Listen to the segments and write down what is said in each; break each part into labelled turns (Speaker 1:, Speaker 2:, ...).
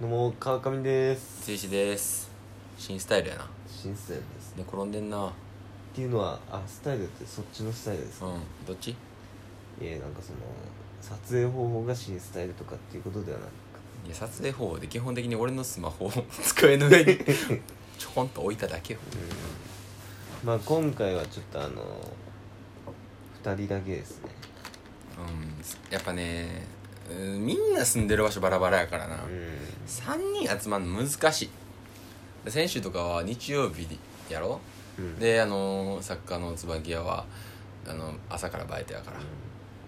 Speaker 1: どうも川上です
Speaker 2: 剛です新スタイルやな
Speaker 1: 新スタイルです
Speaker 2: 寝転んでんなうん
Speaker 1: っていうのはあスタイルってそっちのスタイルですか、
Speaker 2: どっち
Speaker 1: いやなんかその撮影方法が新スタイルとかっていうことではなく
Speaker 2: いや撮影方法で基本的に俺のスマホを 机の上に ちょこんと置いただけよ
Speaker 1: うんまあ今回はちょっとあの2人だけですね
Speaker 2: うんやっぱねうんみんな住んでる場所バラバラやからな、
Speaker 1: う
Speaker 2: 3人集まるの難しいで先週とかは日曜日やろ、
Speaker 1: んうん
Speaker 2: であのー作家の椿屋はあの朝からバイトやから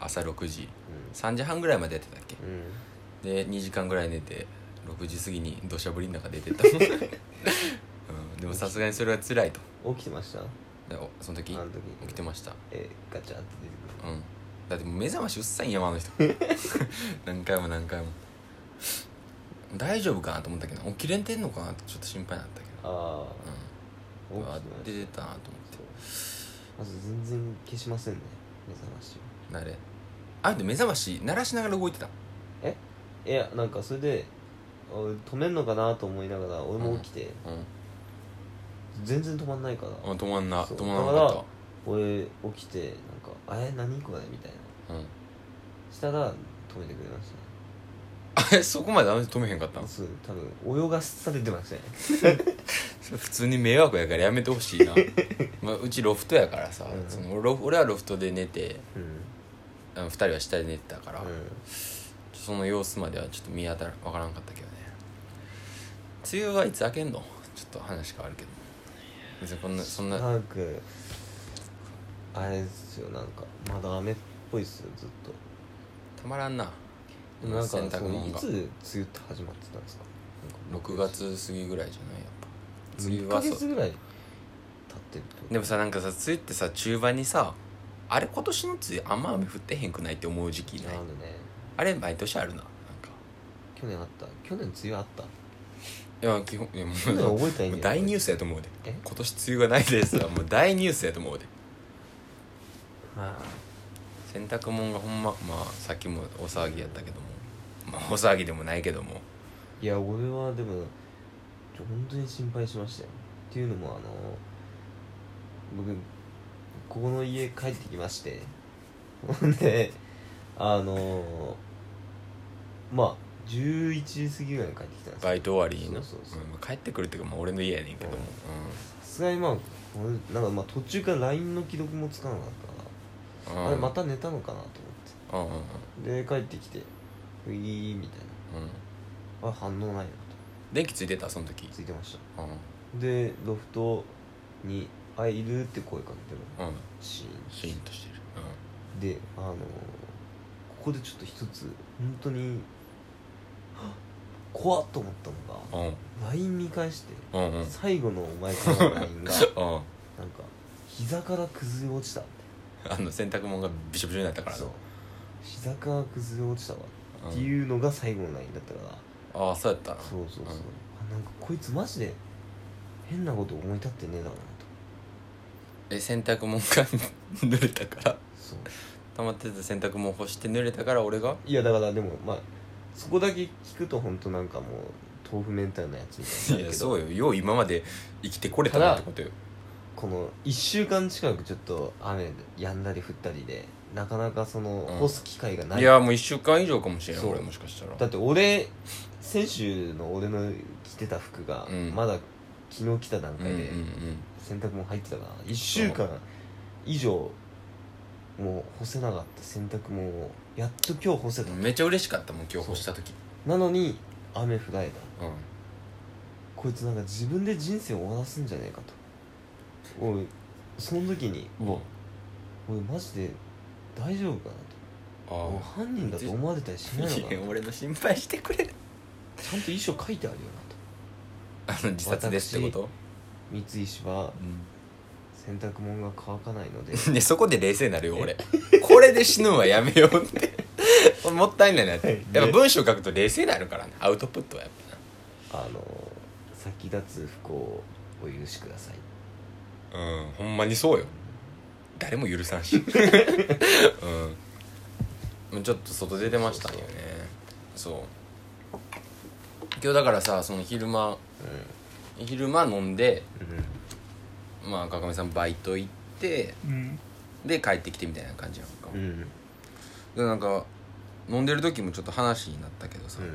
Speaker 2: 朝6時3時半ぐらいまでやってたっけ
Speaker 1: うんうん
Speaker 2: で2時間ぐらい寝て6時過ぎに土砂降りの中出 てった、うん、でもさすがにそれは辛いと
Speaker 1: うん起きてましたあ
Speaker 2: でおその時
Speaker 1: の時
Speaker 2: 起きてました
Speaker 1: えガチャンって出て
Speaker 2: うんだってもう目覚ましうっさいんやもんあ の人何回も何回も大丈夫かなと思ったけど起きれてんのかなってちょっと心配だったけ
Speaker 1: くるああ
Speaker 2: どうんう
Speaker 1: 起
Speaker 2: わ
Speaker 1: きてました
Speaker 2: 出てたなと思
Speaker 1: まず全然消しませんね目覚ましを
Speaker 2: って誰あで目覚まし鳴らしながら動いてた
Speaker 1: いやなんかそれであ止めんのかなと思いながら俺も起きて、
Speaker 2: うん
Speaker 1: 全然止まんないから、
Speaker 2: あ止まんな
Speaker 1: そう
Speaker 2: 止まらなかったわ
Speaker 1: 俺起きてなんか「あれ何これ?」みたいな
Speaker 2: うん
Speaker 1: したら止めてくれまし
Speaker 2: あれそこまであの人止めへんかった
Speaker 1: た
Speaker 2: ん
Speaker 1: ねそう多分泳がしさ出てましたね
Speaker 2: それ普通に迷惑やからやめてほ しいな、まあ、うちロフトやからさ、
Speaker 1: うん
Speaker 2: そのロフ俺はロフトで寝て
Speaker 1: うん
Speaker 2: あの2人は下で寝てたから、
Speaker 1: うん
Speaker 2: その様子まではちょっと見当たらわからんかったけどね梅雨はいつ明けんのちょっと話変わるけど別にこんなそんな
Speaker 1: なんかあれですよなんかまだ雨っぽいっすよずっと
Speaker 2: たまらんな
Speaker 1: でもなんか
Speaker 2: 洗
Speaker 1: そ
Speaker 2: 濯
Speaker 1: の
Speaker 2: 物
Speaker 1: い
Speaker 2: が
Speaker 1: つ梅雨って始まってたんですか
Speaker 2: 6月過ぎぐらいじゃないやっぱ梅
Speaker 1: 1
Speaker 2: 雨
Speaker 1: ヶ
Speaker 2: は
Speaker 1: 月
Speaker 2: そう
Speaker 1: ぐらい経ってるってこと
Speaker 2: でもさなんかさ梅雨ってさ中盤にさあれ今年の梅雨あんま雨降ってへんくないって思う時期ない
Speaker 1: あるね
Speaker 2: あれ毎年あるななんか
Speaker 1: 去年あった去年梅雨あった
Speaker 2: いや基本いやもう
Speaker 1: 去年覚えたらいいん
Speaker 2: もう
Speaker 1: じゃない
Speaker 2: 大ニュースやと思うで
Speaker 1: え
Speaker 2: 今年梅雨がないですはもう大ニュースやと思うで
Speaker 1: まあ
Speaker 2: 洗濯物がほんままあさっきもお騒ぎやったけどもまあお騒ぎでもないけども
Speaker 1: いや俺はでもちょ本当に心配しましたよっていうのもあの僕ここの家帰ってきましてほんであのまあ11時過ぎぐらいに帰ってきたんです
Speaker 2: バイト終わりにな
Speaker 1: そうそうそうん
Speaker 2: まあ帰ってくるっていうか、まあ、俺の家やねんけども、
Speaker 1: さすがにまあ俺なんかまあ途中から LINE の既読もつかなかったから、
Speaker 2: うんうん、
Speaker 1: あれまた寝たのかなと
Speaker 2: うんうんうん
Speaker 1: 思ってで帰ってきて「ういー」みたい
Speaker 2: うん
Speaker 1: なあ反応ないなと
Speaker 2: 電気ついてたその時
Speaker 1: ついてました
Speaker 2: うん
Speaker 1: でロフトに「あいる?」って声かけても
Speaker 2: うん
Speaker 1: シ
Speaker 2: シーンとしてる
Speaker 1: ーンであのーここでちょっと一つ本当に はっ怖っと思ったの
Speaker 2: う
Speaker 1: が
Speaker 2: んうん
Speaker 1: LINE 見返して
Speaker 2: うんうんうん
Speaker 1: 最後のお前からの LINE がなんか膝から崩れ落ちたって
Speaker 2: あの洗濯物がびしょびしょになったから
Speaker 1: そう
Speaker 2: な
Speaker 1: 膝から崩れ落ちたわ
Speaker 2: うん
Speaker 1: っていうのが最後の LINE だったから
Speaker 2: ああそうやったな
Speaker 1: そうそうそう
Speaker 2: うん
Speaker 1: あなんかこいつマジで変なこと思い立ってねえだろうなと
Speaker 2: え洗濯物が 濡れたから
Speaker 1: そう
Speaker 2: 溜まってた洗濯物干して濡れたから俺が
Speaker 1: いやだからでもまあそこだけ聞くと本当なんかもう豆腐明太のやつみたい
Speaker 2: い
Speaker 1: になる
Speaker 2: や
Speaker 1: け
Speaker 2: そう
Speaker 1: ど
Speaker 2: よよう今まで生きてこれたなってことよ
Speaker 1: この1週間近くちょっと雨やんだり降ったりでなかなかその
Speaker 2: うん
Speaker 1: 干す機会がない、
Speaker 2: いやもう1週間以上かもしれない
Speaker 1: そう
Speaker 2: 俺もしかしたら
Speaker 1: だって俺先週の俺の着てた服が
Speaker 2: うん
Speaker 1: まだ昨日着た段
Speaker 2: うんう
Speaker 1: 階
Speaker 2: ん
Speaker 1: で洗濯物入ってたから1週間以上もう干せなかった洗濯物をやっと今日干せた
Speaker 2: うんめっちゃ嬉しかったもん今日干した時
Speaker 1: なのに雨降られた
Speaker 2: う、ん、
Speaker 1: こいつなんか自分で人生を終わらすんじゃねえかとおいその時に
Speaker 2: うわ
Speaker 1: 俺マジで大丈夫かなとおい
Speaker 2: あ
Speaker 1: 犯人だと思われたりしないの
Speaker 2: あ
Speaker 1: か
Speaker 2: い
Speaker 1: な
Speaker 2: や俺の心配してくれ
Speaker 1: ちゃんと遺書書いてあるよ
Speaker 2: あの自殺ですってこと、
Speaker 1: なと三石は洗濯物が乾かないので
Speaker 2: でそこで冷静になるよ俺これで死ぬのはやめようって 俺もったいないなって、
Speaker 1: はい
Speaker 2: やっぱ文章書くと冷静になるからねアウトプットはやっ
Speaker 1: あの先立つ不幸をお許しください
Speaker 2: ぱなうんほんまにそうよ誰も許さ んしうんちょっと外出てましたんよねそう今日だからさその昼間昼間飲んでまあ赤亀さんバイト行って
Speaker 3: うん
Speaker 2: で帰ってきてみたいな感じやんか、
Speaker 1: うんうん
Speaker 2: でなんか飲んでる時もちょっと話になったけどさ、
Speaker 1: うん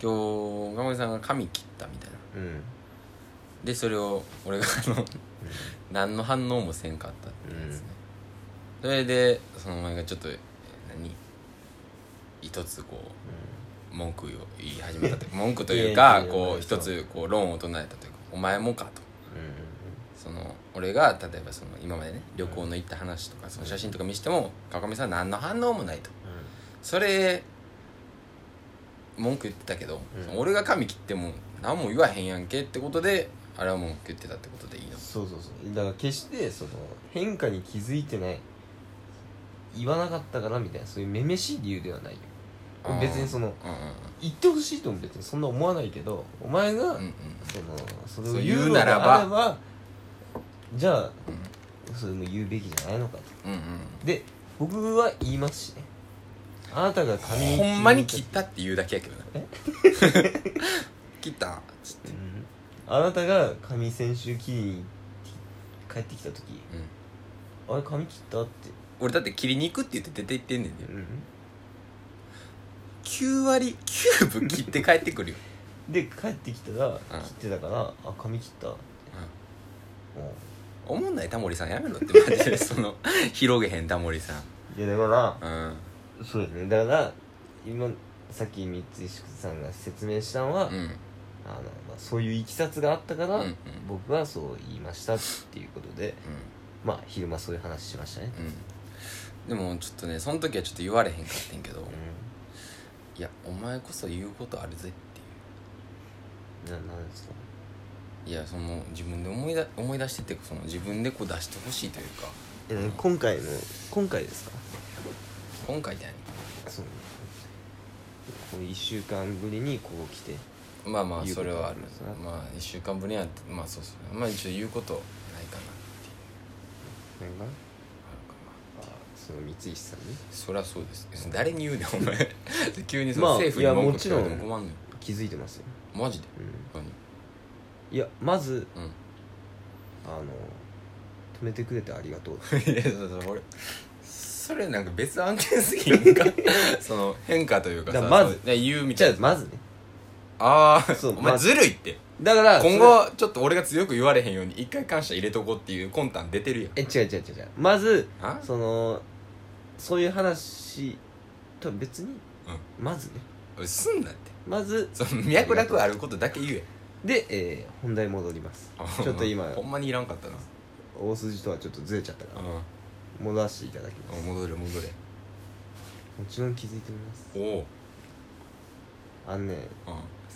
Speaker 2: 今日赤亀さんが髪切ったみたいな
Speaker 1: うん
Speaker 2: でそれを俺があの何の反応もせんかったってやつね、それでその前がちょっとえ何一つこう文句を言い始めたと いう文句という
Speaker 1: いやいや
Speaker 2: か
Speaker 1: いや
Speaker 2: こ
Speaker 1: まあ
Speaker 2: う一つこう論を唱えたというか「お前もか」と
Speaker 1: う
Speaker 2: その俺が例えばその今までね旅行の行った話とかその写真とか見せても川上さんは何の反応もないと
Speaker 1: ん
Speaker 2: それ文句言ってたけど、
Speaker 1: うん
Speaker 2: その俺が髪切っても何も言わへんやんけってことであれは文句言ってたってことでいいの
Speaker 1: そうそうそうだから決してその変化に気づいてない言わなかったからみたいなそういうめめしい理由ではないよ
Speaker 2: あー
Speaker 1: 別にその
Speaker 2: うんうん
Speaker 1: 言ってほしいとも別にそんな思わないけどお前が、
Speaker 2: うんうん
Speaker 1: そのそれ
Speaker 2: そ
Speaker 1: を
Speaker 2: う
Speaker 1: 言う
Speaker 2: 言う
Speaker 1: な
Speaker 2: な
Speaker 1: ら
Speaker 2: ら
Speaker 1: ば
Speaker 2: ば
Speaker 1: じゃあ、それも言うべきじゃないのかと
Speaker 2: うんうん
Speaker 1: で僕は言いますしねあなたが髪
Speaker 2: うん
Speaker 1: 切
Speaker 2: ほんまに切
Speaker 1: っ
Speaker 2: っ
Speaker 1: た
Speaker 2: って言うだけやけどな 切ったつっ
Speaker 1: て、
Speaker 2: て
Speaker 1: うんあなたが髪先週切りに帰ってきた時
Speaker 2: うん
Speaker 1: あれ髪切ったって、
Speaker 2: 俺だって切りに行くって言って出て行ってんねんで
Speaker 1: うん
Speaker 2: 9割9分切って帰ってくるよ、
Speaker 1: で帰ってきたら
Speaker 2: うん
Speaker 1: 切ってたから、あ髪切った
Speaker 2: うん
Speaker 1: う
Speaker 2: おもんないタモリさんやめろってマジ でその広げへんタモリさん
Speaker 1: んいやだか
Speaker 2: うん
Speaker 1: らそうだねだから今さっき三石さんが説明したのは、
Speaker 2: うん
Speaker 1: あのまあ、そういういきさつがあったから、
Speaker 2: うんうん
Speaker 1: 僕はそう言いましたっていうことでまあ昼間そういう話しましたね
Speaker 2: うんうんでもちょっとねその時はちょっと言われへんかってんけど、
Speaker 1: う
Speaker 2: いやお前こそ言うことあるぜってい
Speaker 1: んななんですか
Speaker 2: ういやその自分で思いだ思い出してってその自分でこう出してほしいというか
Speaker 1: いや今回の今回ですか
Speaker 2: 今回じゃない
Speaker 1: そうこう1週間ぶりにこう来て
Speaker 2: まあまあ
Speaker 1: 言うこ
Speaker 2: そ
Speaker 1: と
Speaker 2: れはある
Speaker 1: ありますね
Speaker 2: まあ1週間ぶりにはまあそうそうまあ一応言うことないかなっていう
Speaker 1: なんか
Speaker 2: あるかな
Speaker 1: あその三石さんに
Speaker 2: そりゃそうです誰に言うねんお前 急にそ
Speaker 1: まあ
Speaker 2: の政府
Speaker 1: いや
Speaker 2: に文句聞かれ
Speaker 1: も
Speaker 2: ても
Speaker 1: ちろん
Speaker 2: 困んのよ
Speaker 1: 気づいてますよ、
Speaker 2: マジで
Speaker 1: うん、
Speaker 2: 何
Speaker 1: いやまず
Speaker 2: うん
Speaker 1: あの止めてくれてありが とう
Speaker 2: いやそうそう俺それなんか別案件すぎんか その変化というかさ
Speaker 1: だからまず
Speaker 2: そうね言うみ
Speaker 1: じ
Speaker 2: た
Speaker 1: ゃ
Speaker 2: い
Speaker 1: あ
Speaker 2: な
Speaker 1: まずね
Speaker 2: ああ
Speaker 1: そう
Speaker 2: お前
Speaker 1: まず
Speaker 2: ずるいって
Speaker 1: だから
Speaker 2: 今
Speaker 1: それ
Speaker 2: 後ちょっと俺が強く言われへんように一回感謝入れとこうっていう魂胆出てるやん
Speaker 1: え違う違う違う違うまず
Speaker 2: あ
Speaker 1: そのそういう話とは別に、
Speaker 2: う
Speaker 1: まずね
Speaker 2: 俺すんなって
Speaker 1: まず
Speaker 2: その脈絡あることだけ言え
Speaker 1: で、えー本題戻ります ちょっと今
Speaker 2: ほんまにいらんかったな
Speaker 1: 大筋とはちょっとずれちゃったから
Speaker 2: う
Speaker 1: 戻らせていただきます
Speaker 2: ん戻れ戻れ
Speaker 1: もちろん気づいております
Speaker 2: おお
Speaker 1: あのね
Speaker 2: う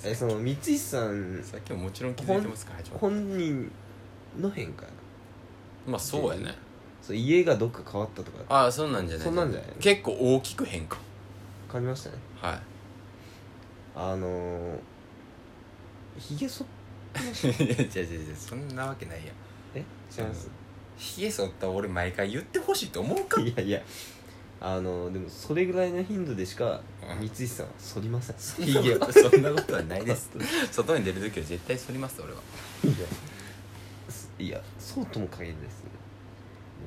Speaker 1: えその三石さん
Speaker 2: んさっきももちろん気づいてますからちょっと
Speaker 1: 本人の変化
Speaker 2: まあそうやね
Speaker 1: そう家がどっか変わったとか
Speaker 2: ああそんなんじゃない
Speaker 1: そんなんじゃない
Speaker 2: 結構大きく変化
Speaker 1: 感じましたね
Speaker 2: はい
Speaker 1: あのー、ひげそ
Speaker 2: いや違う違う違うそんなわけないやん
Speaker 1: え違います
Speaker 2: ひげ剃った俺毎回言ってほしいと思うか
Speaker 1: いやいやあのー、でもそれぐらいの頻度でしか
Speaker 2: うん
Speaker 1: 三石さんは剃りません
Speaker 2: ひ
Speaker 1: ひげ
Speaker 2: げ
Speaker 1: は
Speaker 2: は そんなことはないです外に出る時は絶対剃ります俺はい
Speaker 1: やそうとも限りです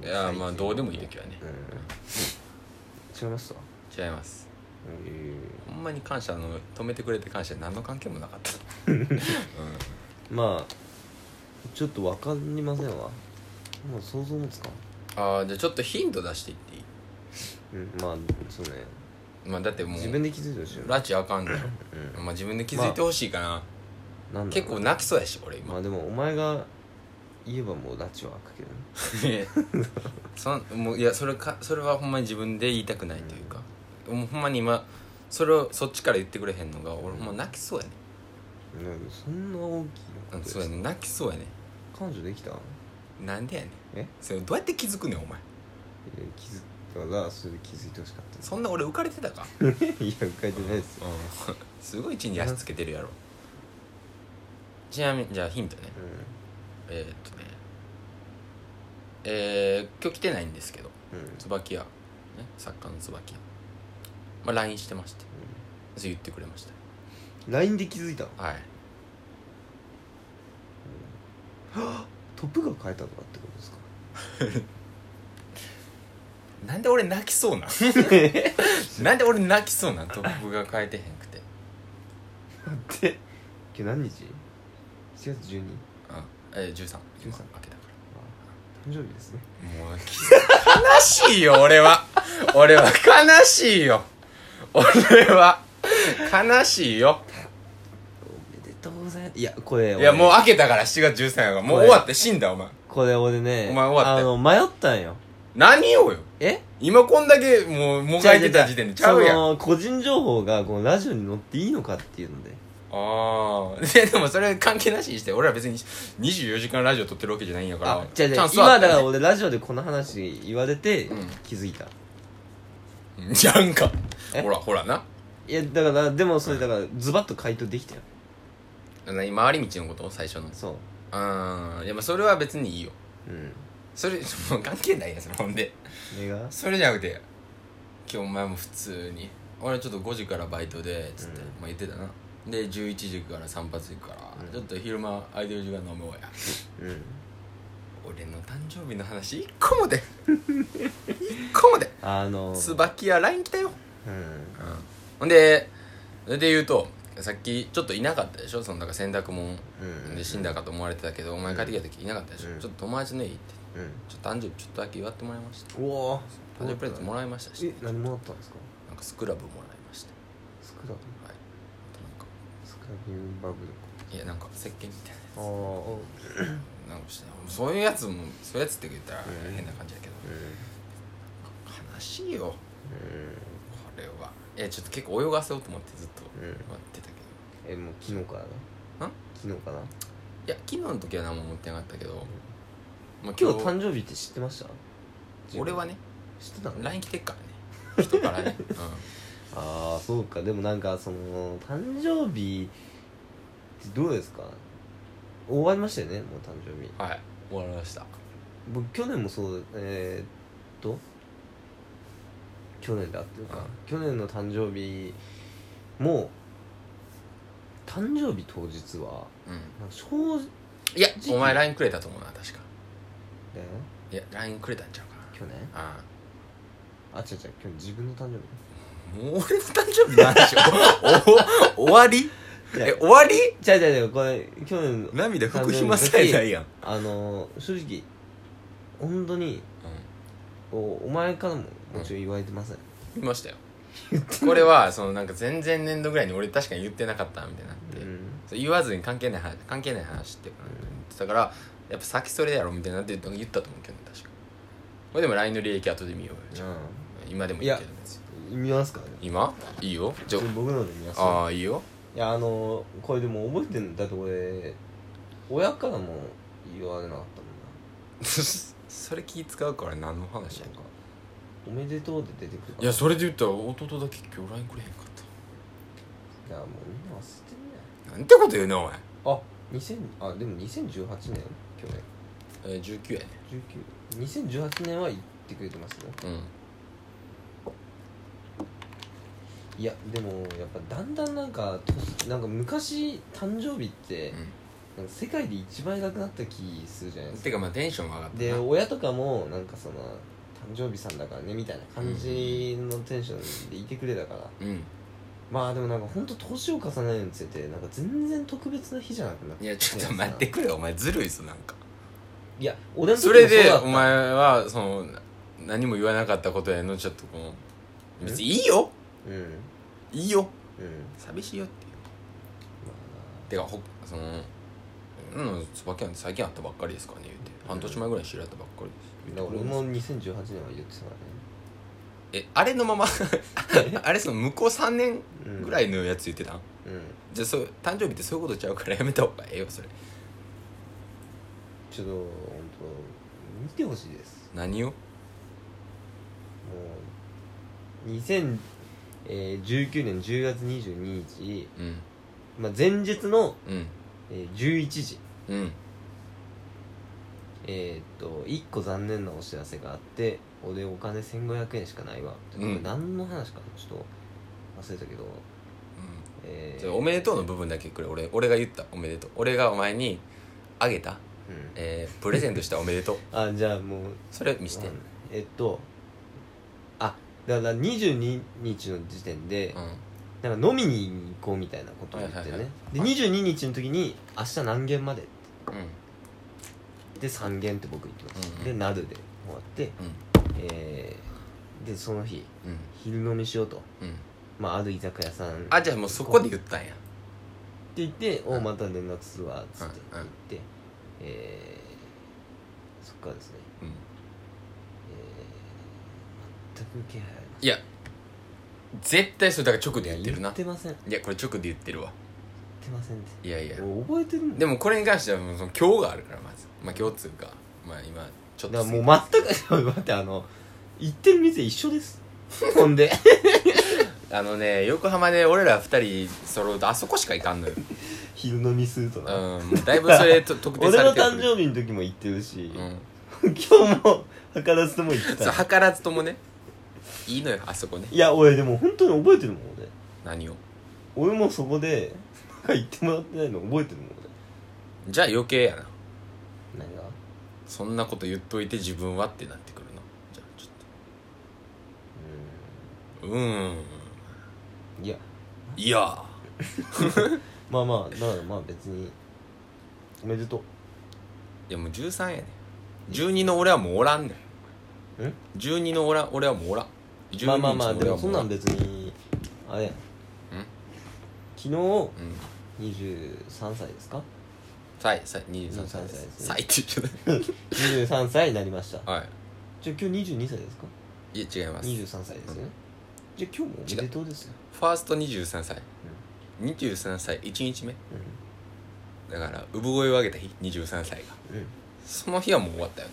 Speaker 2: いやまあどうでもいい時はね
Speaker 1: うん違いました
Speaker 2: 違います
Speaker 1: え
Speaker 2: ほんまに感謝の止めてくれて感謝何の関係もなかった、 う
Speaker 1: えまあちょっとわかりませんわもう想像もつかん
Speaker 2: ん、ああじゃあちょっとヒント出していっていい、
Speaker 1: うんまあそうね
Speaker 2: まあ、だってもう
Speaker 1: 自分で気づいてほしいよ
Speaker 2: ラチあかんだよ、
Speaker 1: う
Speaker 2: まあ、自分で気づいてほしいかな、
Speaker 1: んなんだろう
Speaker 2: 結構泣きそうやし俺今
Speaker 1: まあでもお前が言えばもう拉致は開くけどね
Speaker 2: いや そんもういやそれかそれはほんまに自分で言いたくないというか、もうほんまに今それをそっちから言ってくれへんのが俺ほんま泣きそうやね、
Speaker 1: うんそんな大きい
Speaker 2: うん
Speaker 1: の
Speaker 2: そうやね泣きそうやね
Speaker 1: 彼女できた
Speaker 2: なんでやねん
Speaker 1: え
Speaker 2: それどうやって気づくねんお前
Speaker 1: いや気づだからそれで気づいてほしかった
Speaker 2: そんな俺浮かれてたか、
Speaker 1: いや浮かれてないですよ、
Speaker 2: うん すごい地に足つけてるやろちなみにじゃあヒントねえー、っとねえー、今日来てないんですけど
Speaker 1: うんうん
Speaker 2: 椿屋、ね、作家の椿屋まあ LINE してましてそれ言ってくれました
Speaker 1: LINE で気づいたの
Speaker 2: はい
Speaker 1: トップが変えたとかってことですか
Speaker 2: なんで俺泣きそう なんなんで俺泣きそうなんトップが変えてへんくて
Speaker 1: 待って今日何日 ?7 月 12?
Speaker 2: あえ13今
Speaker 1: 13
Speaker 2: 開けたか
Speaker 1: あ誕生日ですね
Speaker 2: らもうき悲しいよ俺は俺は悲しいよ俺は悲しいよ
Speaker 1: おめでとうございますいやこれ
Speaker 2: いや
Speaker 1: 俺
Speaker 2: もう開けたから7月13やからもう終わって死んだお前
Speaker 1: これ俺ね
Speaker 2: お前終わって
Speaker 1: あの迷ったんよ
Speaker 2: 何をよ
Speaker 1: え
Speaker 2: 今こんだけもうもがいてた時点でちゃうやん
Speaker 1: そ
Speaker 2: あ
Speaker 1: の個人情報がこのラジオに載っていいのかっていうので
Speaker 2: あー ででもそれ関係なしにして俺ら別に24時間ラジオ撮ってるわけじゃないんやから
Speaker 1: あ違う違う
Speaker 2: チャンスは
Speaker 1: 今
Speaker 2: あっ
Speaker 1: だ
Speaker 2: た
Speaker 1: から
Speaker 2: よ
Speaker 1: 俺ラジオでこの話言われて
Speaker 2: うん
Speaker 1: 気づいた、
Speaker 2: うんじ ゃんか
Speaker 1: え
Speaker 2: ほらほらない
Speaker 1: やだからでもそれだからズバッと回答できたよ
Speaker 2: 何回り道のこと最初の
Speaker 1: そ
Speaker 2: ああいやまあそれは別にいいよ
Speaker 1: ううん
Speaker 2: それ もう関係ないやんそれほんで
Speaker 1: 目が
Speaker 2: それじゃなくて今日お前も普通に俺ちょっと5時からバイトでつっ
Speaker 1: うん
Speaker 2: て、まあ、言ってたなで11時から散髪行くから、
Speaker 1: うん
Speaker 2: ちょっと昼間空いてる時間飲もうや
Speaker 1: うん
Speaker 2: 俺の誕生日の話一個 もで一個もで
Speaker 1: あの
Speaker 2: 椿や LINE 来たよ、
Speaker 1: うん
Speaker 2: うん、ほんでそれで言うとさっきちょっといなかったでしょそのなんか洗濯物
Speaker 1: うん
Speaker 2: で死んだかと思われてたけど、お前帰ってきた時いなかったでしょ、
Speaker 1: うん
Speaker 2: ちょっと友達の家行って
Speaker 1: う
Speaker 2: ちょっと誕生日ちょっとだけ祝ってもらいました
Speaker 1: んうわ
Speaker 2: 誕生日プレゼントもらいましたし
Speaker 1: え何もらったんですか
Speaker 2: なんかスクラブもらいました
Speaker 1: スクラブ
Speaker 2: はいあとなんか
Speaker 1: スクラブバブル
Speaker 2: いやなんか石鹸みたい
Speaker 1: ああ
Speaker 2: ななんかして そういうやつもそういうやつって言ったら
Speaker 1: うん
Speaker 2: 変な感じやけど、
Speaker 1: う
Speaker 2: 悲しいよこ
Speaker 1: ん
Speaker 2: れはえちょっと結構泳がせようと思ってずっと
Speaker 1: うんうん
Speaker 2: 待ってたけど
Speaker 1: えもう昨日からなん昨日かない
Speaker 2: や昨日の時は何も持ってなかったけど、まあ、
Speaker 1: 今
Speaker 2: 今
Speaker 1: 日
Speaker 2: 日
Speaker 1: 誕生日って知ってました
Speaker 2: 俺はね
Speaker 1: 知ってたの
Speaker 2: LINE 来てっからね人から ね、
Speaker 1: ああそうかでもなんかその誕生日ってどうですか終わりましたよねもう誕生日
Speaker 2: うん、はい終わりました
Speaker 1: 僕去年もそうえー、っと去年だっていうか、
Speaker 2: うん
Speaker 1: 去年の誕生日も誕生日当日は
Speaker 2: うん
Speaker 1: なんか正直
Speaker 2: いやお前 LINE くれたと思うな確か
Speaker 1: だよ
Speaker 2: いや LINE くれたんちゃうか
Speaker 1: 去年
Speaker 2: なああ
Speaker 1: あ違う違う去年自分の誕生
Speaker 2: もう俺の誕生日の話お お終わり
Speaker 1: 日
Speaker 2: え終わり
Speaker 1: 違う違う違うこれ去年の
Speaker 2: 涙拭く暇さえないやん、うん、
Speaker 1: あのー正直本当におお前からももちろん言われてません、
Speaker 2: 見ましたよこれはそのなんか前々年度ぐらいに俺確かに言ってなかったみたいになって、
Speaker 1: うん
Speaker 2: そう言わずに関係ない話関係ない話っていうか言ってたからやっぱ先それやろみたいになって言ったと思うけど確かこれでも LINE の履歴後で見ようよじゃあ今でもいいけど別に
Speaker 1: うん、見ますか
Speaker 2: 今いいよじゃ
Speaker 1: 僕ので見ます
Speaker 2: ああーいいよ
Speaker 1: いやあのこれでも覚えてんだって俺親からも言われなかった
Speaker 2: それ気使うから何の話や
Speaker 1: もんななん
Speaker 2: ん
Speaker 1: か「おめでとう」って出てくるから
Speaker 2: いやそれで言ったら弟だけ今日 LINE くれへんかっ
Speaker 1: いやもうみんな忘れてんね
Speaker 2: たなんてこと言うねお前、
Speaker 1: あ2000あでも2018年去年
Speaker 2: えー、19やね
Speaker 1: 192018年は言ってくれてますね
Speaker 2: うん
Speaker 1: いやでもやっぱだんだんなんか年なんか昔誕生日って、なんか世界で一番偉くなった気するじゃないですか
Speaker 2: てかまあテンション上がった
Speaker 1: で
Speaker 2: な
Speaker 1: 親とかもなんかその誕生日さんだからねみたいな感じのテンションでいてくれたから、
Speaker 2: うん
Speaker 1: まあでもなんかほんと年を重ねるにつれてなんか全然特別な日じゃなくなって
Speaker 2: いやちょっと待ってくれよお前ずるいぞなんか
Speaker 1: いや俺の時
Speaker 2: そ
Speaker 1: も
Speaker 2: れ
Speaker 1: う
Speaker 2: で
Speaker 1: だった
Speaker 2: お前はその何も言わなかったことやのちょっとこう別にいいよ
Speaker 1: うんうん
Speaker 2: いいよ寂しいよっていうてかほそのうん椿なんて最近会ったばっかりですからね言うて半年前ぐらいに知り合ったばっかりです
Speaker 1: まあだから俺も2018年は言って
Speaker 2: えあれ のままあれその向こう3年
Speaker 1: たからね
Speaker 2: ぐら
Speaker 1: い
Speaker 2: いのやつ言ってたん
Speaker 1: うん、
Speaker 2: じゃあそう誕生日ってそういうことちゃうからやめた方がええよそれ
Speaker 1: ちょっと本当見てほしいです
Speaker 2: 何を
Speaker 1: もう2019年10月22日、
Speaker 2: うん
Speaker 1: まあ、前日の、
Speaker 2: うん
Speaker 1: えー11時
Speaker 2: うん
Speaker 1: えーっと1個残念なお知らせがあって俺お金1500円しかないわ、
Speaker 2: うん
Speaker 1: これ何の話かちょっと忘れたけど、
Speaker 2: う
Speaker 1: え
Speaker 2: ち
Speaker 1: ー
Speaker 2: ょおめでとうの部分だけくれ俺俺が言ったおめでとう俺がお前にあげた、
Speaker 1: うん
Speaker 2: えープレゼントしたおめでと う
Speaker 1: あじゃあもう
Speaker 2: それ見して
Speaker 1: うんえっとあだから22日の時点で、
Speaker 2: う
Speaker 1: なんか飲みに行こうみたいなことを言ってね、
Speaker 2: はいはいはい
Speaker 1: で22日の時に明日何軒まで
Speaker 2: んうん
Speaker 1: で3軒って僕行きました、
Speaker 2: うんうん
Speaker 1: でなるで終わって、
Speaker 2: う
Speaker 1: えーでその日
Speaker 2: んうん
Speaker 1: 昼飲みしようと、
Speaker 2: うん
Speaker 1: まあ、ある居酒屋さん
Speaker 2: あじゃあもうそこで言ったんや
Speaker 1: って言って「
Speaker 2: ん
Speaker 1: おまた連絡するわ」っつって
Speaker 2: うん
Speaker 1: 言
Speaker 2: う
Speaker 1: っ
Speaker 2: ん
Speaker 1: て、えー、そっからですね、
Speaker 2: うん
Speaker 1: えー、全く気配ありま
Speaker 2: いや絶対それだから直でや
Speaker 1: せ
Speaker 2: っ
Speaker 1: ん
Speaker 2: てる
Speaker 1: 言
Speaker 2: な
Speaker 1: ってません言
Speaker 2: いやこれ直で言ってるわ
Speaker 1: ってませんって
Speaker 2: いやいや
Speaker 1: 俺覚えてるもん
Speaker 2: でもこれに関してはもうその今日があるからまずまあ今日っつうかまあ今ちょっ
Speaker 1: だ
Speaker 2: と
Speaker 1: からもう全く 待ってあの行ってる店一緒です ほんで
Speaker 2: あのね横浜で俺ら二人揃うとあそこしか行かんのよ
Speaker 1: 昼飲みするとな、
Speaker 2: うんだいぶそれと特 定
Speaker 1: 俺
Speaker 2: さ
Speaker 1: の
Speaker 2: れてる
Speaker 1: 誕生日の時も行ってるし、
Speaker 2: うん
Speaker 1: 今日も図らずとも行って
Speaker 2: そう
Speaker 1: た
Speaker 2: 計らずともねいいのよあそこね
Speaker 1: いや俺でも本当に覚えてるもん俺
Speaker 2: 何を
Speaker 1: 俺もそこでなんか行ってもらってないの覚えてるもん
Speaker 2: じゃあ余計やな
Speaker 1: 俺何が
Speaker 2: そんなこと言っといて自分はってなってくるのじゃあちょっとうーん
Speaker 1: うんいや
Speaker 2: いや
Speaker 1: まあまあだからまあ別におめでとう
Speaker 2: いやもう13やね12の俺はもうおらんね
Speaker 1: ん
Speaker 2: ん12の俺は俺はもうおらん
Speaker 1: まあまあまあ
Speaker 2: 12
Speaker 1: で
Speaker 2: の俺
Speaker 1: も
Speaker 2: は
Speaker 1: そ
Speaker 2: うんおら
Speaker 1: なん別にあれやん
Speaker 2: うん
Speaker 1: 昨日
Speaker 2: うん
Speaker 1: 23歳ですか
Speaker 2: さいさい23歳
Speaker 1: 23歳で
Speaker 2: で
Speaker 1: す
Speaker 2: す
Speaker 1: ね
Speaker 2: さいって言っち
Speaker 1: 23歳になりました
Speaker 2: ゃったは
Speaker 1: じゃあ今日22歳ですか
Speaker 2: いいや違います
Speaker 1: 23歳ですよねじゃあ今日もおめでとうですよ、
Speaker 2: ファースト23歳、23歳1日目だから産声を上げた日23歳が
Speaker 1: うん
Speaker 2: その日はもう終わったよ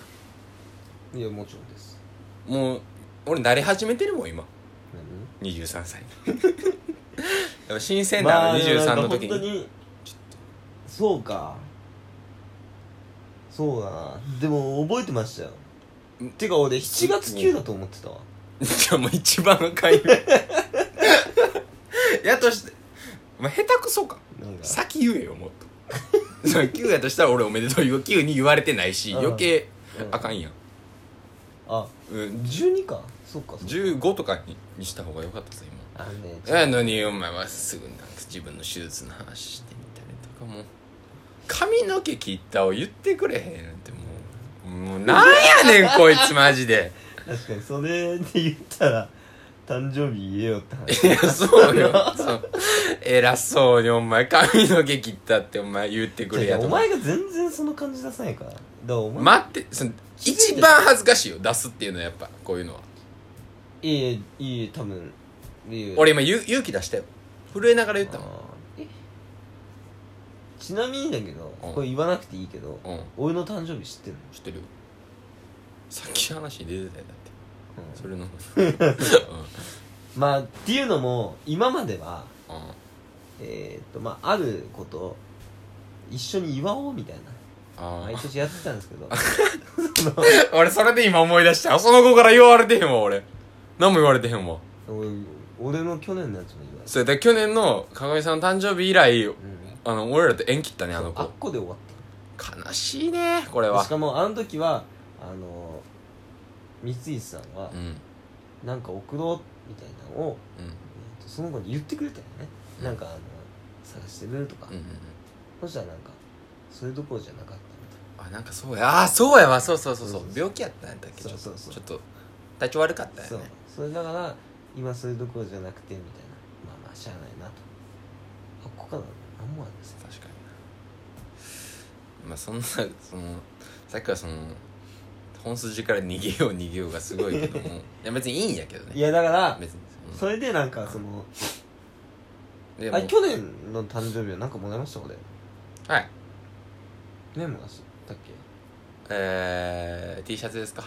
Speaker 1: うんいやもちろんです
Speaker 2: なもう俺慣れ始めてるもん今
Speaker 1: 何
Speaker 2: 23歳 でも新鮮なあの23の時
Speaker 1: まあなんか本当
Speaker 2: に
Speaker 1: そうかそうだなでも覚えてましたよてか俺7月9だと思ってたわ
Speaker 2: じゃあもう一番赤いやとしてお前下手くそか
Speaker 1: なんか
Speaker 2: 先言えよもっとその9やとしたら俺おめでとう言う9に言われてないし
Speaker 1: うん
Speaker 2: 余計
Speaker 1: うん
Speaker 2: あかんやん、
Speaker 1: あ
Speaker 2: うん、
Speaker 1: 12かそうかそうか
Speaker 2: 15とかににした方が良かったさ今
Speaker 1: あのね
Speaker 2: やのにお前はすぐなんか自分の手術の話してみたりとかもう髪の毛切ったを言ってくれへんなんてもうもうなんやねんこいつマジで
Speaker 1: 確かにそれで言ったら誕生日言えよって話
Speaker 2: いやそうよそう偉そうにお前髪の毛切ったってお前言ってくれ
Speaker 1: じゃ
Speaker 2: や
Speaker 1: あ
Speaker 2: と
Speaker 1: お前が全然その感じ出さないからだからお前、
Speaker 2: 待ってその一番恥ずかしいよ出すっていうのはやっぱこういうのはい
Speaker 1: いえいいえ多分いいえ
Speaker 2: 俺今ゆ勇気出したよ震えながら言ったもん
Speaker 1: あーえちなみにだけど
Speaker 2: うん
Speaker 1: これ言わなくていいけど
Speaker 2: うん
Speaker 1: 俺の誕生日知ってんの
Speaker 2: 知ってるよさっき話に出てたよだって
Speaker 1: うん
Speaker 2: それの うん
Speaker 1: まあっていうのも今までは
Speaker 2: うん
Speaker 1: えーっとまああることを一緒に祝おうみたいな
Speaker 2: あ
Speaker 1: 毎
Speaker 2: あ
Speaker 1: 年やってたんですけ ど
Speaker 2: 俺それで今思い出したその子から言われてへんわ俺何も言われてへんわ
Speaker 1: 俺俺の去年のやつも言われて
Speaker 2: それで去年のかがみさんの誕生日以来
Speaker 1: うん
Speaker 2: あの俺らと縁切ったねあの
Speaker 1: あっ
Speaker 2: 子
Speaker 1: こで終わっ
Speaker 2: 悲しいねこれ
Speaker 1: た
Speaker 2: は
Speaker 1: しかもあの時はあの三井さんは
Speaker 2: うんうん
Speaker 1: なんか送ろうみたいなのを、えーとその子に言ってくれたよね、
Speaker 2: うん
Speaker 1: なんかあの探してるとか、
Speaker 2: うんうんうん
Speaker 1: そしたらなんかそれどころじゃなかったみたい
Speaker 2: あなんかそうやあーそうやわそうそうそうそう
Speaker 1: そうそうそう
Speaker 2: 病気やったんやったっけちょっ
Speaker 1: そ
Speaker 2: と
Speaker 1: うそうそう
Speaker 2: ちょっと体調悪かった
Speaker 1: な、
Speaker 2: よ
Speaker 1: そう
Speaker 2: ね
Speaker 1: それだから今それどころじゃなくてみたいなまあまあしゃあないなとあっこから何もあるんですよ
Speaker 2: 確かにまあそんなそのさっきはその本筋から逃げよう逃げようがすごいけどもいや別にいいんやけど
Speaker 1: い
Speaker 2: ね
Speaker 1: やだから
Speaker 2: 別に
Speaker 1: それでなんかその
Speaker 2: うんでも
Speaker 1: あ去年の誕生日はなんかもらいました俺
Speaker 2: はい
Speaker 1: ねもらったっけ
Speaker 2: えー、T シャツですか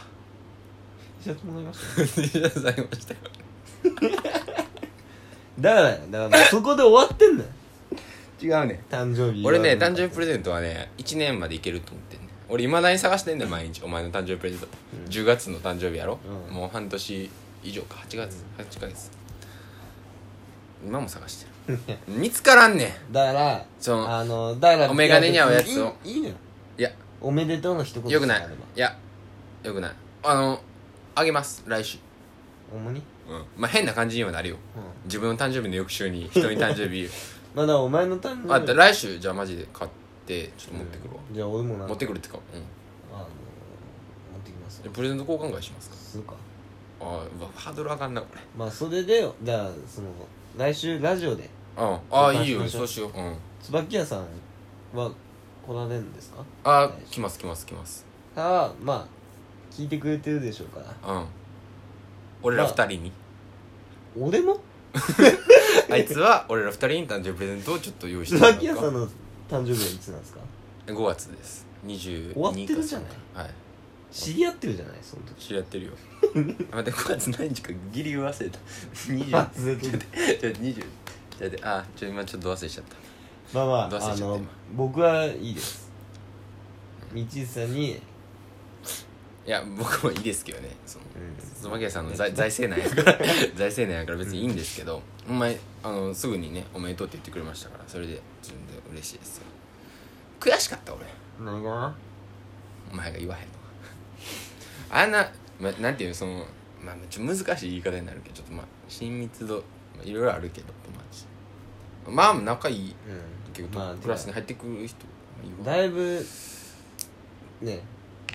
Speaker 1: シャツもらいました
Speaker 2: T シャツありましたよ
Speaker 1: だからよだからもうそこで終わってんだよ
Speaker 2: 違うね
Speaker 1: 誕生日
Speaker 2: 俺ね誕生日プレ
Speaker 1: ゼ
Speaker 2: ゼントはね1年までいけると思ってんね俺いまだに探してんねん毎日お前の誕生日プレゼント、
Speaker 1: うん
Speaker 2: 10月の誕生日やろ、
Speaker 1: うん
Speaker 2: もう半年以上か8月8ヶ月今も探してる見つからんねん
Speaker 1: だから
Speaker 2: その
Speaker 1: あのだから
Speaker 2: お眼鏡に合うやつを
Speaker 1: いいいいのよ
Speaker 2: いや
Speaker 1: おめでとうの一言
Speaker 2: よくない
Speaker 1: しかれば
Speaker 2: いやよくないあのあげます来週
Speaker 1: 主に
Speaker 2: うんまあ変な感じにはなるよ
Speaker 1: うん
Speaker 2: 自分の誕生日の翌 週に人に誕生日
Speaker 1: まあだからお前の誕生日
Speaker 2: あだ来週じゃあマジで買ってちょっと持ってくるわ、
Speaker 1: うんじゃあ俺もなんか
Speaker 2: 持ってくるってかうん
Speaker 1: あの持ってきます
Speaker 2: じゃあプレゼント交換会しますか
Speaker 1: するか
Speaker 2: ああうわハードル上がんなこれ
Speaker 1: まあそれでだからその来週ラジオで
Speaker 2: うんああ
Speaker 1: 交換
Speaker 2: いいよ
Speaker 1: しましょ
Speaker 2: そううしよううん
Speaker 1: 椿屋さんは来られるんですか
Speaker 2: ああ
Speaker 1: 大丈夫
Speaker 2: 来ます来ます来ます
Speaker 1: ああまあ聞いてくれてるでしょうから
Speaker 2: うん俺ら二人に、
Speaker 1: 俺も
Speaker 2: あ、いつは俺ら二人に誕生日プレゼントをちょっと用意してもらうか
Speaker 1: 椿屋さん の誕生日はいつなんですか
Speaker 2: 5月です22
Speaker 1: 終わってるじゃない
Speaker 2: かはい
Speaker 1: 知り合ってるじゃないその時
Speaker 2: 知り合 ってるよあ待って5月何日かギリ忘れた20
Speaker 1: あずっと
Speaker 2: ちょっと20ちょっと待ってあちょ今ちょっと忘れしちゃった
Speaker 1: まあま
Speaker 2: どうせ
Speaker 1: ああ
Speaker 2: しちゃった
Speaker 1: の
Speaker 2: 今
Speaker 1: 僕はいいです道内さんに
Speaker 2: いや僕もいいですけどねその
Speaker 1: うん
Speaker 2: 椿屋さんの財財政難 やから財政難やから別にいいんですけど、お前あのすぐにねおめでとうって言ってくれましたからそれで自分で嬉しいですよ悔しかった俺
Speaker 1: 何がな
Speaker 2: お前が言わへんのが あんな、ま、なんていうのそのまあちょっと難しい言い方になるけどちょっとまあ親密度、まあ、いろいろあるけど友達まあ仲いい結
Speaker 1: まあ
Speaker 2: 構クラスに入ってくる人いるわ
Speaker 1: だいぶね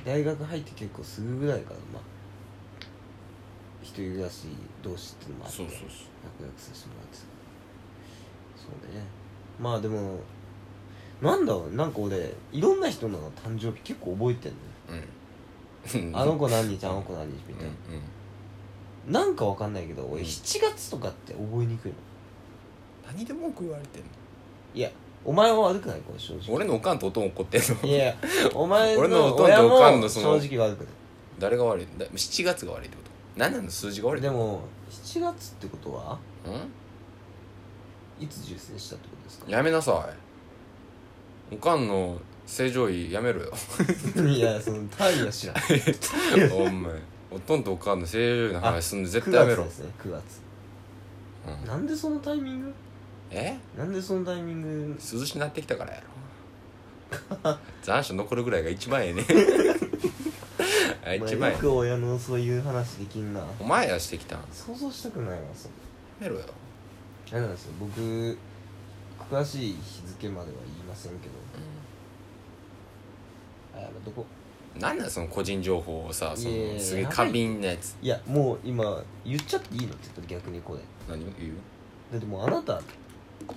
Speaker 1: 大学入って結構すぐぐらいからまあ一人暮らし同士っていうのもあって
Speaker 2: そうそうそう
Speaker 1: 仲良くさせてもらってたそうねまあでもなんだろうなんか俺いろんな人の誕生日結構覚えてん
Speaker 2: うん
Speaker 1: のあの子何日あの子何日み
Speaker 2: うん
Speaker 1: たいな、な
Speaker 2: うん
Speaker 1: んかわかんないけど俺
Speaker 2: うん
Speaker 1: 7月とかって覚えにくいの
Speaker 2: 何で文句言われてんの
Speaker 1: いやお前は悪くないこれ正直
Speaker 2: 俺のおかんとおとん怒ってんの
Speaker 1: いやいやお前
Speaker 2: 俺の
Speaker 1: の
Speaker 2: おとん
Speaker 1: 親
Speaker 2: とおかん
Speaker 1: も
Speaker 2: のその
Speaker 1: 正直悪くない
Speaker 2: 誰が悪いだ7月が悪いってこと何なの数字が悪い
Speaker 1: で
Speaker 2: も
Speaker 1: も7月ってことはいつ受精したってことです
Speaker 2: やめなさいおかんの正常位や めろよ
Speaker 1: かいやその単位は知らん
Speaker 2: お前おとんとおかんの正常位の 話すんの絶
Speaker 1: 9
Speaker 2: 対やめ
Speaker 1: 月
Speaker 2: ろ
Speaker 1: で、すね9月
Speaker 2: うん
Speaker 1: なんでそのタイミング
Speaker 2: え
Speaker 1: なんでそのタイミング
Speaker 2: 涼しになってきたからやろ残暑残るぐらいが一番え えねあ
Speaker 1: お前
Speaker 2: 一番え
Speaker 1: よ
Speaker 2: え
Speaker 1: く親のそういう話できんな
Speaker 2: お前やしてきたんや
Speaker 1: 想像したくないわそ
Speaker 2: めろよ
Speaker 1: れあれなんですよ僕詳しい日付までは言いませんけどあやばどこ
Speaker 2: 何なんその個人情報をさそ
Speaker 1: いやいやい
Speaker 2: の
Speaker 1: や
Speaker 2: すげえ
Speaker 1: やばい
Speaker 2: 過敏なやつ
Speaker 1: いやもう今言っちゃっていいのって言ったら逆にこれ
Speaker 2: 何言う、
Speaker 1: だってもうあなた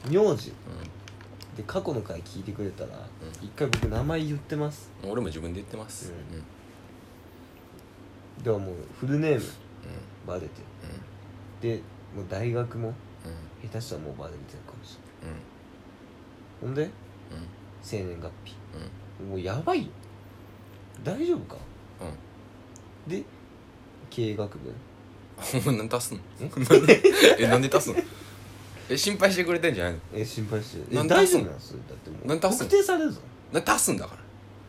Speaker 1: 名字
Speaker 2: うん
Speaker 1: で過去の回聞いてくれたら一回僕名前言ってます
Speaker 2: 俺も自分で言ってます、
Speaker 1: う
Speaker 2: うんんうん
Speaker 1: ではもうフルネームバレてでもう大学も
Speaker 2: うん
Speaker 1: 下手したらもうバレてるかもしれない
Speaker 2: うんう
Speaker 1: ほ
Speaker 2: ん
Speaker 1: んで
Speaker 2: うん
Speaker 1: 生年月
Speaker 2: うん
Speaker 1: 日もうやばいよ大丈夫か
Speaker 2: う
Speaker 1: で経営学部
Speaker 2: んお前何足 すの
Speaker 1: え
Speaker 2: なんでえなんで足すのえ心配してくれてんじゃないの
Speaker 1: え心配してるえ
Speaker 2: なんで
Speaker 1: 大丈夫なんそれだっても
Speaker 2: な
Speaker 1: うん
Speaker 2: で足す
Speaker 1: 特
Speaker 2: の
Speaker 1: 定されるぞ
Speaker 2: なんで足すんだか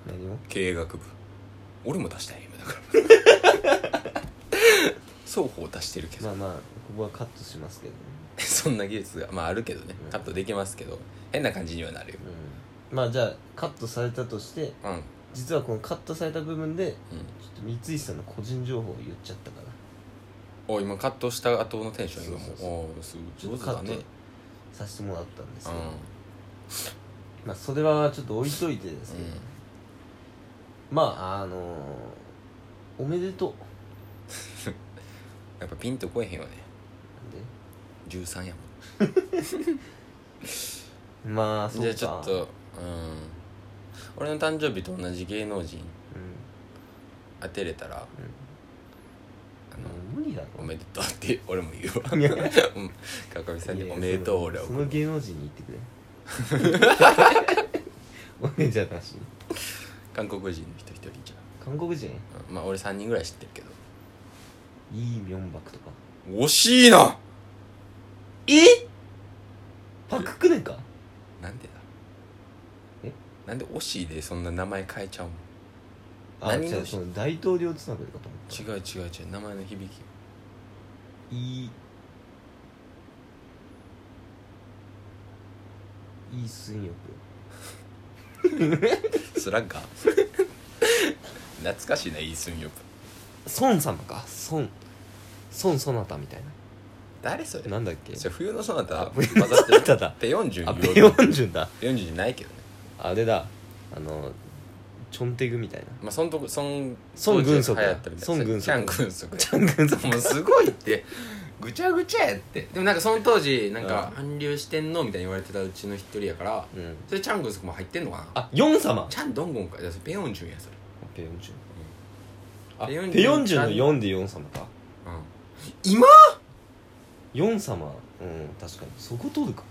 Speaker 2: ら
Speaker 1: 何を
Speaker 2: 経営学部俺も出したい今だから 双方出してるけど、
Speaker 1: まあまあここはカットしますけどね
Speaker 2: そんな技術がまああるけどね
Speaker 1: うん
Speaker 2: カットできますけど変な感じにはなるよ
Speaker 1: うんまあじゃあカットされたとして
Speaker 2: うんうん
Speaker 1: 実はこのカットされた部分でちょっと三井さんの個人情報を言っちゃったから
Speaker 2: お今カットした後のテンション今も
Speaker 1: そう
Speaker 2: う
Speaker 1: そう
Speaker 2: おす
Speaker 1: ちょ
Speaker 2: ご
Speaker 1: っ
Speaker 2: い
Speaker 1: と
Speaker 2: 上
Speaker 1: カ
Speaker 2: 手
Speaker 1: ッ
Speaker 2: だ
Speaker 1: ト
Speaker 2: ね
Speaker 1: させてもらったんです
Speaker 2: う
Speaker 1: け
Speaker 2: ん
Speaker 1: ど、まあそれはちょっと置いといてですね、まああのーおめでとう
Speaker 2: やっぱピンとこえへんよね
Speaker 1: な
Speaker 2: 13やもん
Speaker 1: んでまあそう
Speaker 2: じゃ
Speaker 1: か
Speaker 2: あちょっとうん俺の誕生日と同じ芸能人
Speaker 1: うん
Speaker 2: 当てれたらあの
Speaker 1: うん、無理だろ
Speaker 2: おめでとうって 俺も言うわ
Speaker 1: いや
Speaker 2: うん川上さん
Speaker 1: い
Speaker 2: に
Speaker 1: や
Speaker 2: おめでとう俺は
Speaker 1: そのその芸能人に言ってくれ おめじゃなし
Speaker 2: 韓国人の人一人じ
Speaker 1: 韓国人
Speaker 2: ゃんうんまあ俺3人ぐらい知ってるけど
Speaker 1: イ・ミョンバクとか
Speaker 2: 惜しいな
Speaker 1: えパククネか
Speaker 2: なんでだ
Speaker 1: え
Speaker 2: なんで惜しいでそんな名前変えちゃうの
Speaker 1: あ
Speaker 2: 何
Speaker 1: 違
Speaker 2: の
Speaker 1: うその大統領つながりかと思った
Speaker 2: 違う違う違う名前の響き
Speaker 1: イ・いい水浴
Speaker 2: スラッガー 懐かしいなイースンヨプ
Speaker 1: 孫様か孫孫そなたみたい
Speaker 2: 誰それ
Speaker 1: ななんだっけ
Speaker 2: それ冬のそな た
Speaker 1: あ
Speaker 2: 混ざってる
Speaker 1: ただ
Speaker 2: ペヨンジュ
Speaker 1: あ
Speaker 2: ン
Speaker 1: ペヨンジュンだ
Speaker 2: ペヨンジュンじゃないけどね
Speaker 1: あれだあのチョンテグみたいな
Speaker 2: まあそのとこ孫孫
Speaker 1: 孫軍足
Speaker 2: 流行ったみたい
Speaker 1: 孫軍足
Speaker 2: キャン軍足
Speaker 1: チャングンさ
Speaker 2: もうすごいってぐちゃぐちゃやってでもなんかその当時なんか韓流してんのみたいに言われてたうちの一人やから
Speaker 1: ん、うん、
Speaker 2: それチャン軍足も入ってんのかな
Speaker 1: あヨン様
Speaker 2: チャンドンゴンかいやそれペヨンジュンやそれ
Speaker 1: ペヨンジュンあ
Speaker 2: ペヨンジュン
Speaker 1: ペヨンジュンの4でヨン様か
Speaker 2: うん今
Speaker 1: ヨン様うん確かにそこ取るか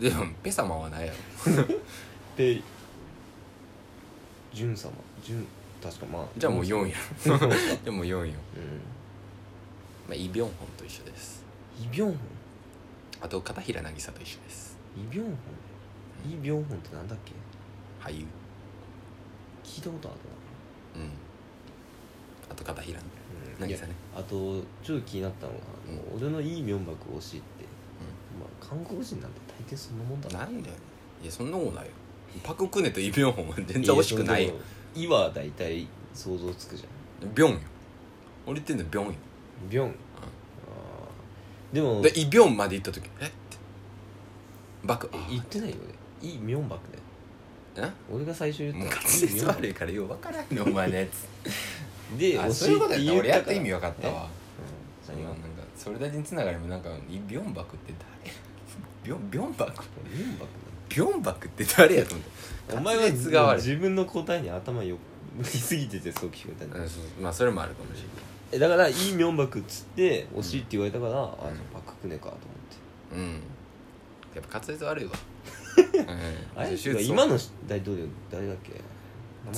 Speaker 2: でもペ様はないやろ
Speaker 1: ペジュン様ジュン確かまあ
Speaker 2: じゃあもう
Speaker 1: ヨン
Speaker 2: 4やろ でも4よ、
Speaker 1: うん
Speaker 2: まあ、イ・ビョンホンと一緒です
Speaker 1: イ・ビョンホン
Speaker 2: あと片平渚と一緒です
Speaker 1: イ・ビョンホンイ・ビョンホンってなんだっけ
Speaker 2: 俳優
Speaker 1: 聞いたことある
Speaker 2: うんあと片平
Speaker 1: な、うん、いや
Speaker 2: 渚ね
Speaker 1: あとちょっと気になったのが、あの俺のいい明白推しって、まあ、韓国人なんて大抵そんなもんだ
Speaker 2: なんだよいやそんなことないよパク・クネとイ・ビョンホンは全然惜しくないよ
Speaker 1: 「い」は大体想像つくじゃん
Speaker 2: ビョンよ俺言ってんのビョンよ
Speaker 1: ビョン、あーでも
Speaker 2: でイ・ビョンまで行った時えってバク
Speaker 1: 言ってないよねいい明白だよ
Speaker 2: な
Speaker 1: 俺が最初言った
Speaker 2: もう
Speaker 1: の
Speaker 2: 滑
Speaker 1: いい
Speaker 2: 舌
Speaker 1: 明白
Speaker 2: 悪いからよう分からんのお前のやつ
Speaker 1: で
Speaker 2: あ
Speaker 1: 推
Speaker 2: そういうことやった
Speaker 1: 言
Speaker 2: 俺やっ
Speaker 1: か
Speaker 2: と
Speaker 1: ら
Speaker 2: 意味分かったわ
Speaker 1: うん
Speaker 2: その
Speaker 1: 何
Speaker 2: な
Speaker 1: が
Speaker 2: んかそれだけにつながりもなんかイ・ビョンバクって誰ビョンビョンバク
Speaker 1: 明白
Speaker 2: ビョンバクって誰やと思って
Speaker 1: だお前は
Speaker 2: 滑舌が悪い
Speaker 1: 自分の答えに頭よ向きすぎててそう聞こえたんだ
Speaker 2: うんそうまあそれもあるかもし
Speaker 1: えだから「いい明白」っつって「惜しい」って言われたから、あじゃあバッククネかと思って
Speaker 2: れないうんやっぱ滑舌 悪いわうん
Speaker 1: あれ
Speaker 2: 手術を
Speaker 1: 今の大統領誰だっけ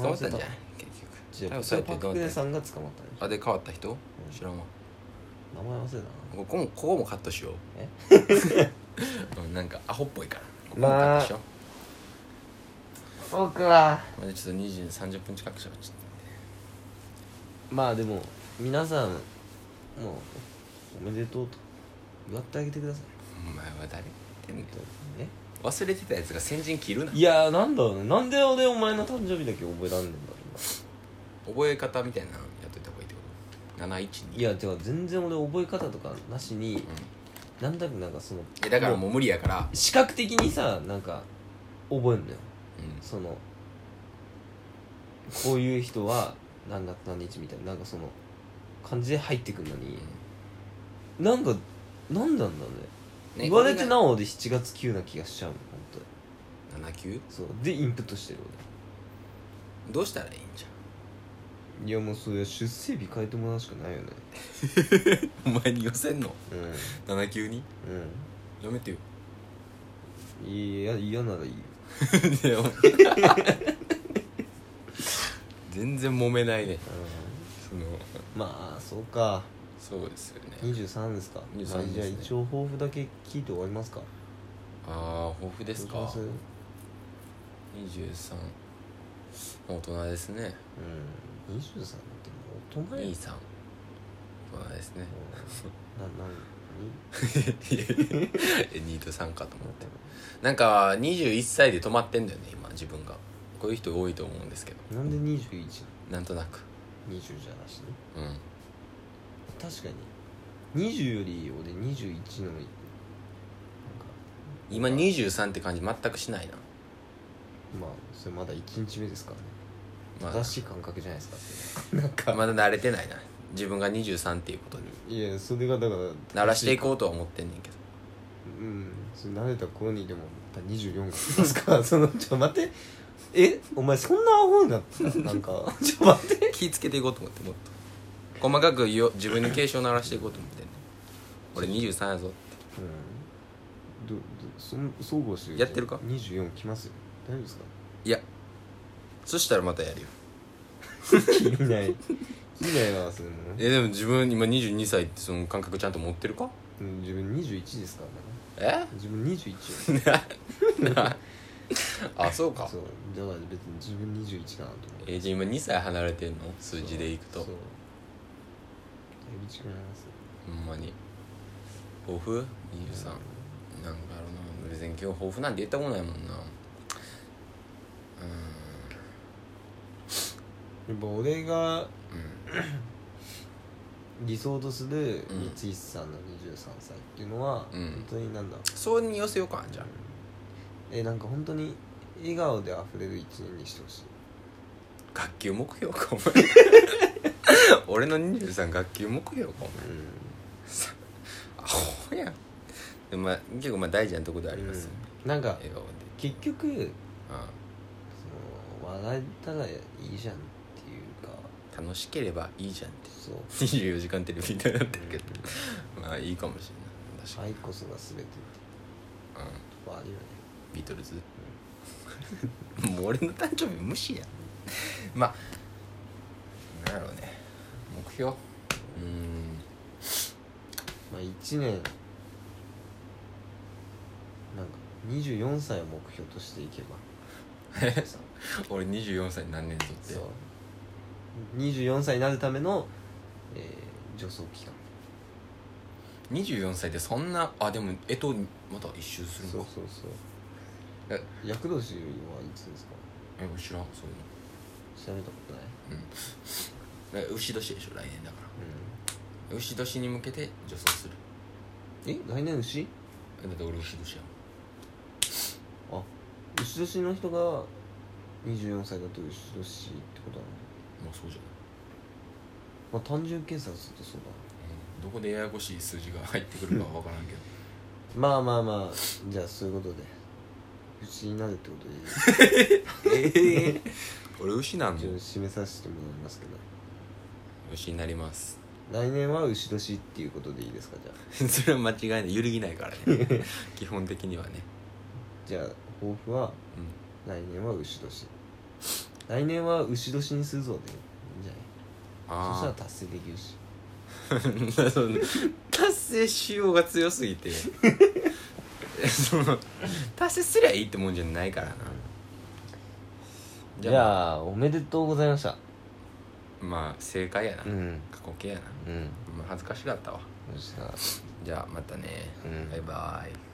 Speaker 2: 捕まったんじ
Speaker 1: 名前忘れた
Speaker 2: ゃん結
Speaker 1: じゃ
Speaker 2: 局多
Speaker 1: あ
Speaker 2: 分そうやっ
Speaker 1: パ
Speaker 2: て
Speaker 1: ク
Speaker 2: どう
Speaker 1: ク
Speaker 2: な
Speaker 1: ネ
Speaker 2: った
Speaker 1: さんが捕まったんでしょ
Speaker 2: あで変わった人
Speaker 1: ん
Speaker 2: 知らんわ
Speaker 1: 名前忘れたな
Speaker 2: ここもここもカットしよう
Speaker 1: え
Speaker 2: うんなんかアホっぽいからここもカ
Speaker 1: ま
Speaker 2: ッ
Speaker 1: あ
Speaker 2: トしよ
Speaker 1: 僕は
Speaker 2: う、まあ、ちょっと20 30分近くしゃべっちゃった
Speaker 1: まあでも皆さんもうおめでとうと祝ってあげてください
Speaker 2: お前は誰言ってんねん
Speaker 1: ね
Speaker 2: 忘れてたやつが先陣切るない
Speaker 1: やーなんだろうねなんで俺お前の誕生日だけ覚えらんねんだろ
Speaker 2: 覚え方みたいなのやっといた方がいいってこと
Speaker 1: う
Speaker 2: 712
Speaker 1: ないやてか全然俺覚え方とかなしに
Speaker 2: うん
Speaker 1: なんだかなんかその
Speaker 2: えだからもう無理やから、
Speaker 1: 視覚的にさなんか覚えんのよ
Speaker 2: うん
Speaker 1: そのこういう人は何月何日みたいななんかその感じで入ってくるのになんか何なんだろうね言われてなお俺7月9な気がしちゃうの本当に
Speaker 2: 79?
Speaker 1: そうでインプットしてる
Speaker 2: どうしたらいいんじ
Speaker 1: 俺いやもうそれ出生日変えてもらうしかないよね
Speaker 2: ゃんお前に寄せんの
Speaker 1: う
Speaker 2: 79に
Speaker 1: んうん
Speaker 2: やめてよ
Speaker 1: いや嫌ならいいよ
Speaker 2: いやお前 全然揉めないねその
Speaker 1: まあそうか
Speaker 2: そうですよね
Speaker 1: 23ですか
Speaker 2: 23ですね
Speaker 1: まあじゃあ一応抱負だけ聞いて終わりますか
Speaker 2: ああ抱負です
Speaker 1: どう
Speaker 2: か
Speaker 1: します
Speaker 2: 23大人ですね
Speaker 1: うん23だってもう大人や
Speaker 2: 23大人ですね
Speaker 1: な何
Speaker 2: え2と3かと思ってなんか21歳で止まってんだよね今自分がこういう人多いと思うんですけど
Speaker 1: 何なんで21な
Speaker 2: なんとなく
Speaker 1: の20じゃなしね
Speaker 2: うん
Speaker 1: 確かに20より俺21のなんか
Speaker 2: 今23って感じ全くしないな
Speaker 1: まあそれまだ1日目ですからね
Speaker 2: ま
Speaker 1: 正しい感覚じゃないですかっていうなん
Speaker 2: あ
Speaker 1: か
Speaker 2: まだ慣れてないな自分が23っていうことに
Speaker 1: いやそれがだから
Speaker 2: 慣らしてい
Speaker 1: 正し
Speaker 2: こうとは思ってんねんけど
Speaker 1: いうんそれ慣れた頃にでもまた24が来ますからそのちょ待ってえお前そんなアホになってたなんかちょ待って
Speaker 2: 気ぃつけていこうと思ってもっと細かくよ自分に警鐘を鳴らしていこうと思ってんねん俺23やぞって
Speaker 1: うんどどそん総合して
Speaker 2: やってるか
Speaker 1: 24来ますよ大丈夫ですか
Speaker 2: いやそしたらまたやるよ
Speaker 1: 意味ない意味ないわそれも
Speaker 2: えでも自分今22歳ってその感覚ちゃんと持ってるか
Speaker 1: うん自分21ですからね
Speaker 2: え
Speaker 1: 自分21よ
Speaker 2: あそうか
Speaker 1: そうだから別に自分21だなと思って
Speaker 2: えじゃあ今2歳離れてんの数字でいくと
Speaker 1: そうだいぶ違います
Speaker 2: ほんまに抱負23なんかやろう別に今日豊富なんて言ったことないもんな
Speaker 1: やっぱ俺が
Speaker 2: うんうん
Speaker 1: 理想とする光石さんの23歳っていうのは、
Speaker 2: うん
Speaker 1: 本当になんだ
Speaker 2: そうに寄せようかじゃあ
Speaker 1: えなんか本当に笑顔で溢れる一年にしてほしい
Speaker 2: 学級目標かお前俺の23学級目標かお前
Speaker 1: う
Speaker 2: アホやんでもまあ結構まあ大事なとこではありますよ、ね
Speaker 1: んなんか
Speaker 2: 笑顔で
Speaker 1: 結局
Speaker 2: あ
Speaker 1: その笑えたらいいじゃんっていうか
Speaker 2: あ楽しければいいじゃんって
Speaker 1: そう
Speaker 2: 24時間テレビみたいになってるけどまあいいかもしれない確か
Speaker 1: 愛こそが全てって
Speaker 2: に、うん、
Speaker 1: とこあるよね
Speaker 2: ビートルズもう俺の誕生日無視やんまあなんやろうね目標うーん
Speaker 1: まあ1年なんか24歳を目標としていけばさ
Speaker 2: 俺24歳に何年とって
Speaker 1: そう24歳になるための、えー、助走期間
Speaker 2: 24歳でそんなあでもえとまた一周する
Speaker 1: そう
Speaker 2: のか
Speaker 1: そうそう
Speaker 2: え
Speaker 1: 厄年はいつですか
Speaker 2: え知らんそういうの
Speaker 1: 調べたことない
Speaker 2: え牛年でしょ来年だから牛年に向けて助走する
Speaker 1: うんえ来年牛
Speaker 2: えだって俺牛年や
Speaker 1: あ牛年の人が24歳だと牛年ってことなの
Speaker 2: もんまあそうじゃな
Speaker 1: まあ単純計算するとそうだ
Speaker 2: い、うんどこでややこしい数字が入ってくるかは分からんけど
Speaker 1: まあまあまあじゃあそういうことで牛になるってこと でいい
Speaker 2: ええ 俺牛なん
Speaker 1: 一
Speaker 2: で
Speaker 1: 応締めさせてもらいますけど
Speaker 2: 牛になります
Speaker 1: 来年は牛年っていうことでいいですかじゃあ
Speaker 2: それは間違いない揺るぎないからね 基本的にはね
Speaker 1: じゃあ抱負は
Speaker 2: う
Speaker 1: 来年は牛年来年は牛年にするぞでいいんじゃ
Speaker 2: ん
Speaker 1: ないそしたら
Speaker 2: あ
Speaker 1: 達成できるし
Speaker 2: あその 達成しようが強すぎて その達成すりゃいいってもんじゃないからな
Speaker 1: じゃあおめでとうございました
Speaker 2: まあ正解やな、
Speaker 1: ん
Speaker 2: 過去形やな
Speaker 1: うん
Speaker 2: まあ恥ずかしかったわ
Speaker 1: そしたら
Speaker 2: じゃあまたね、
Speaker 1: うん
Speaker 2: バイバイ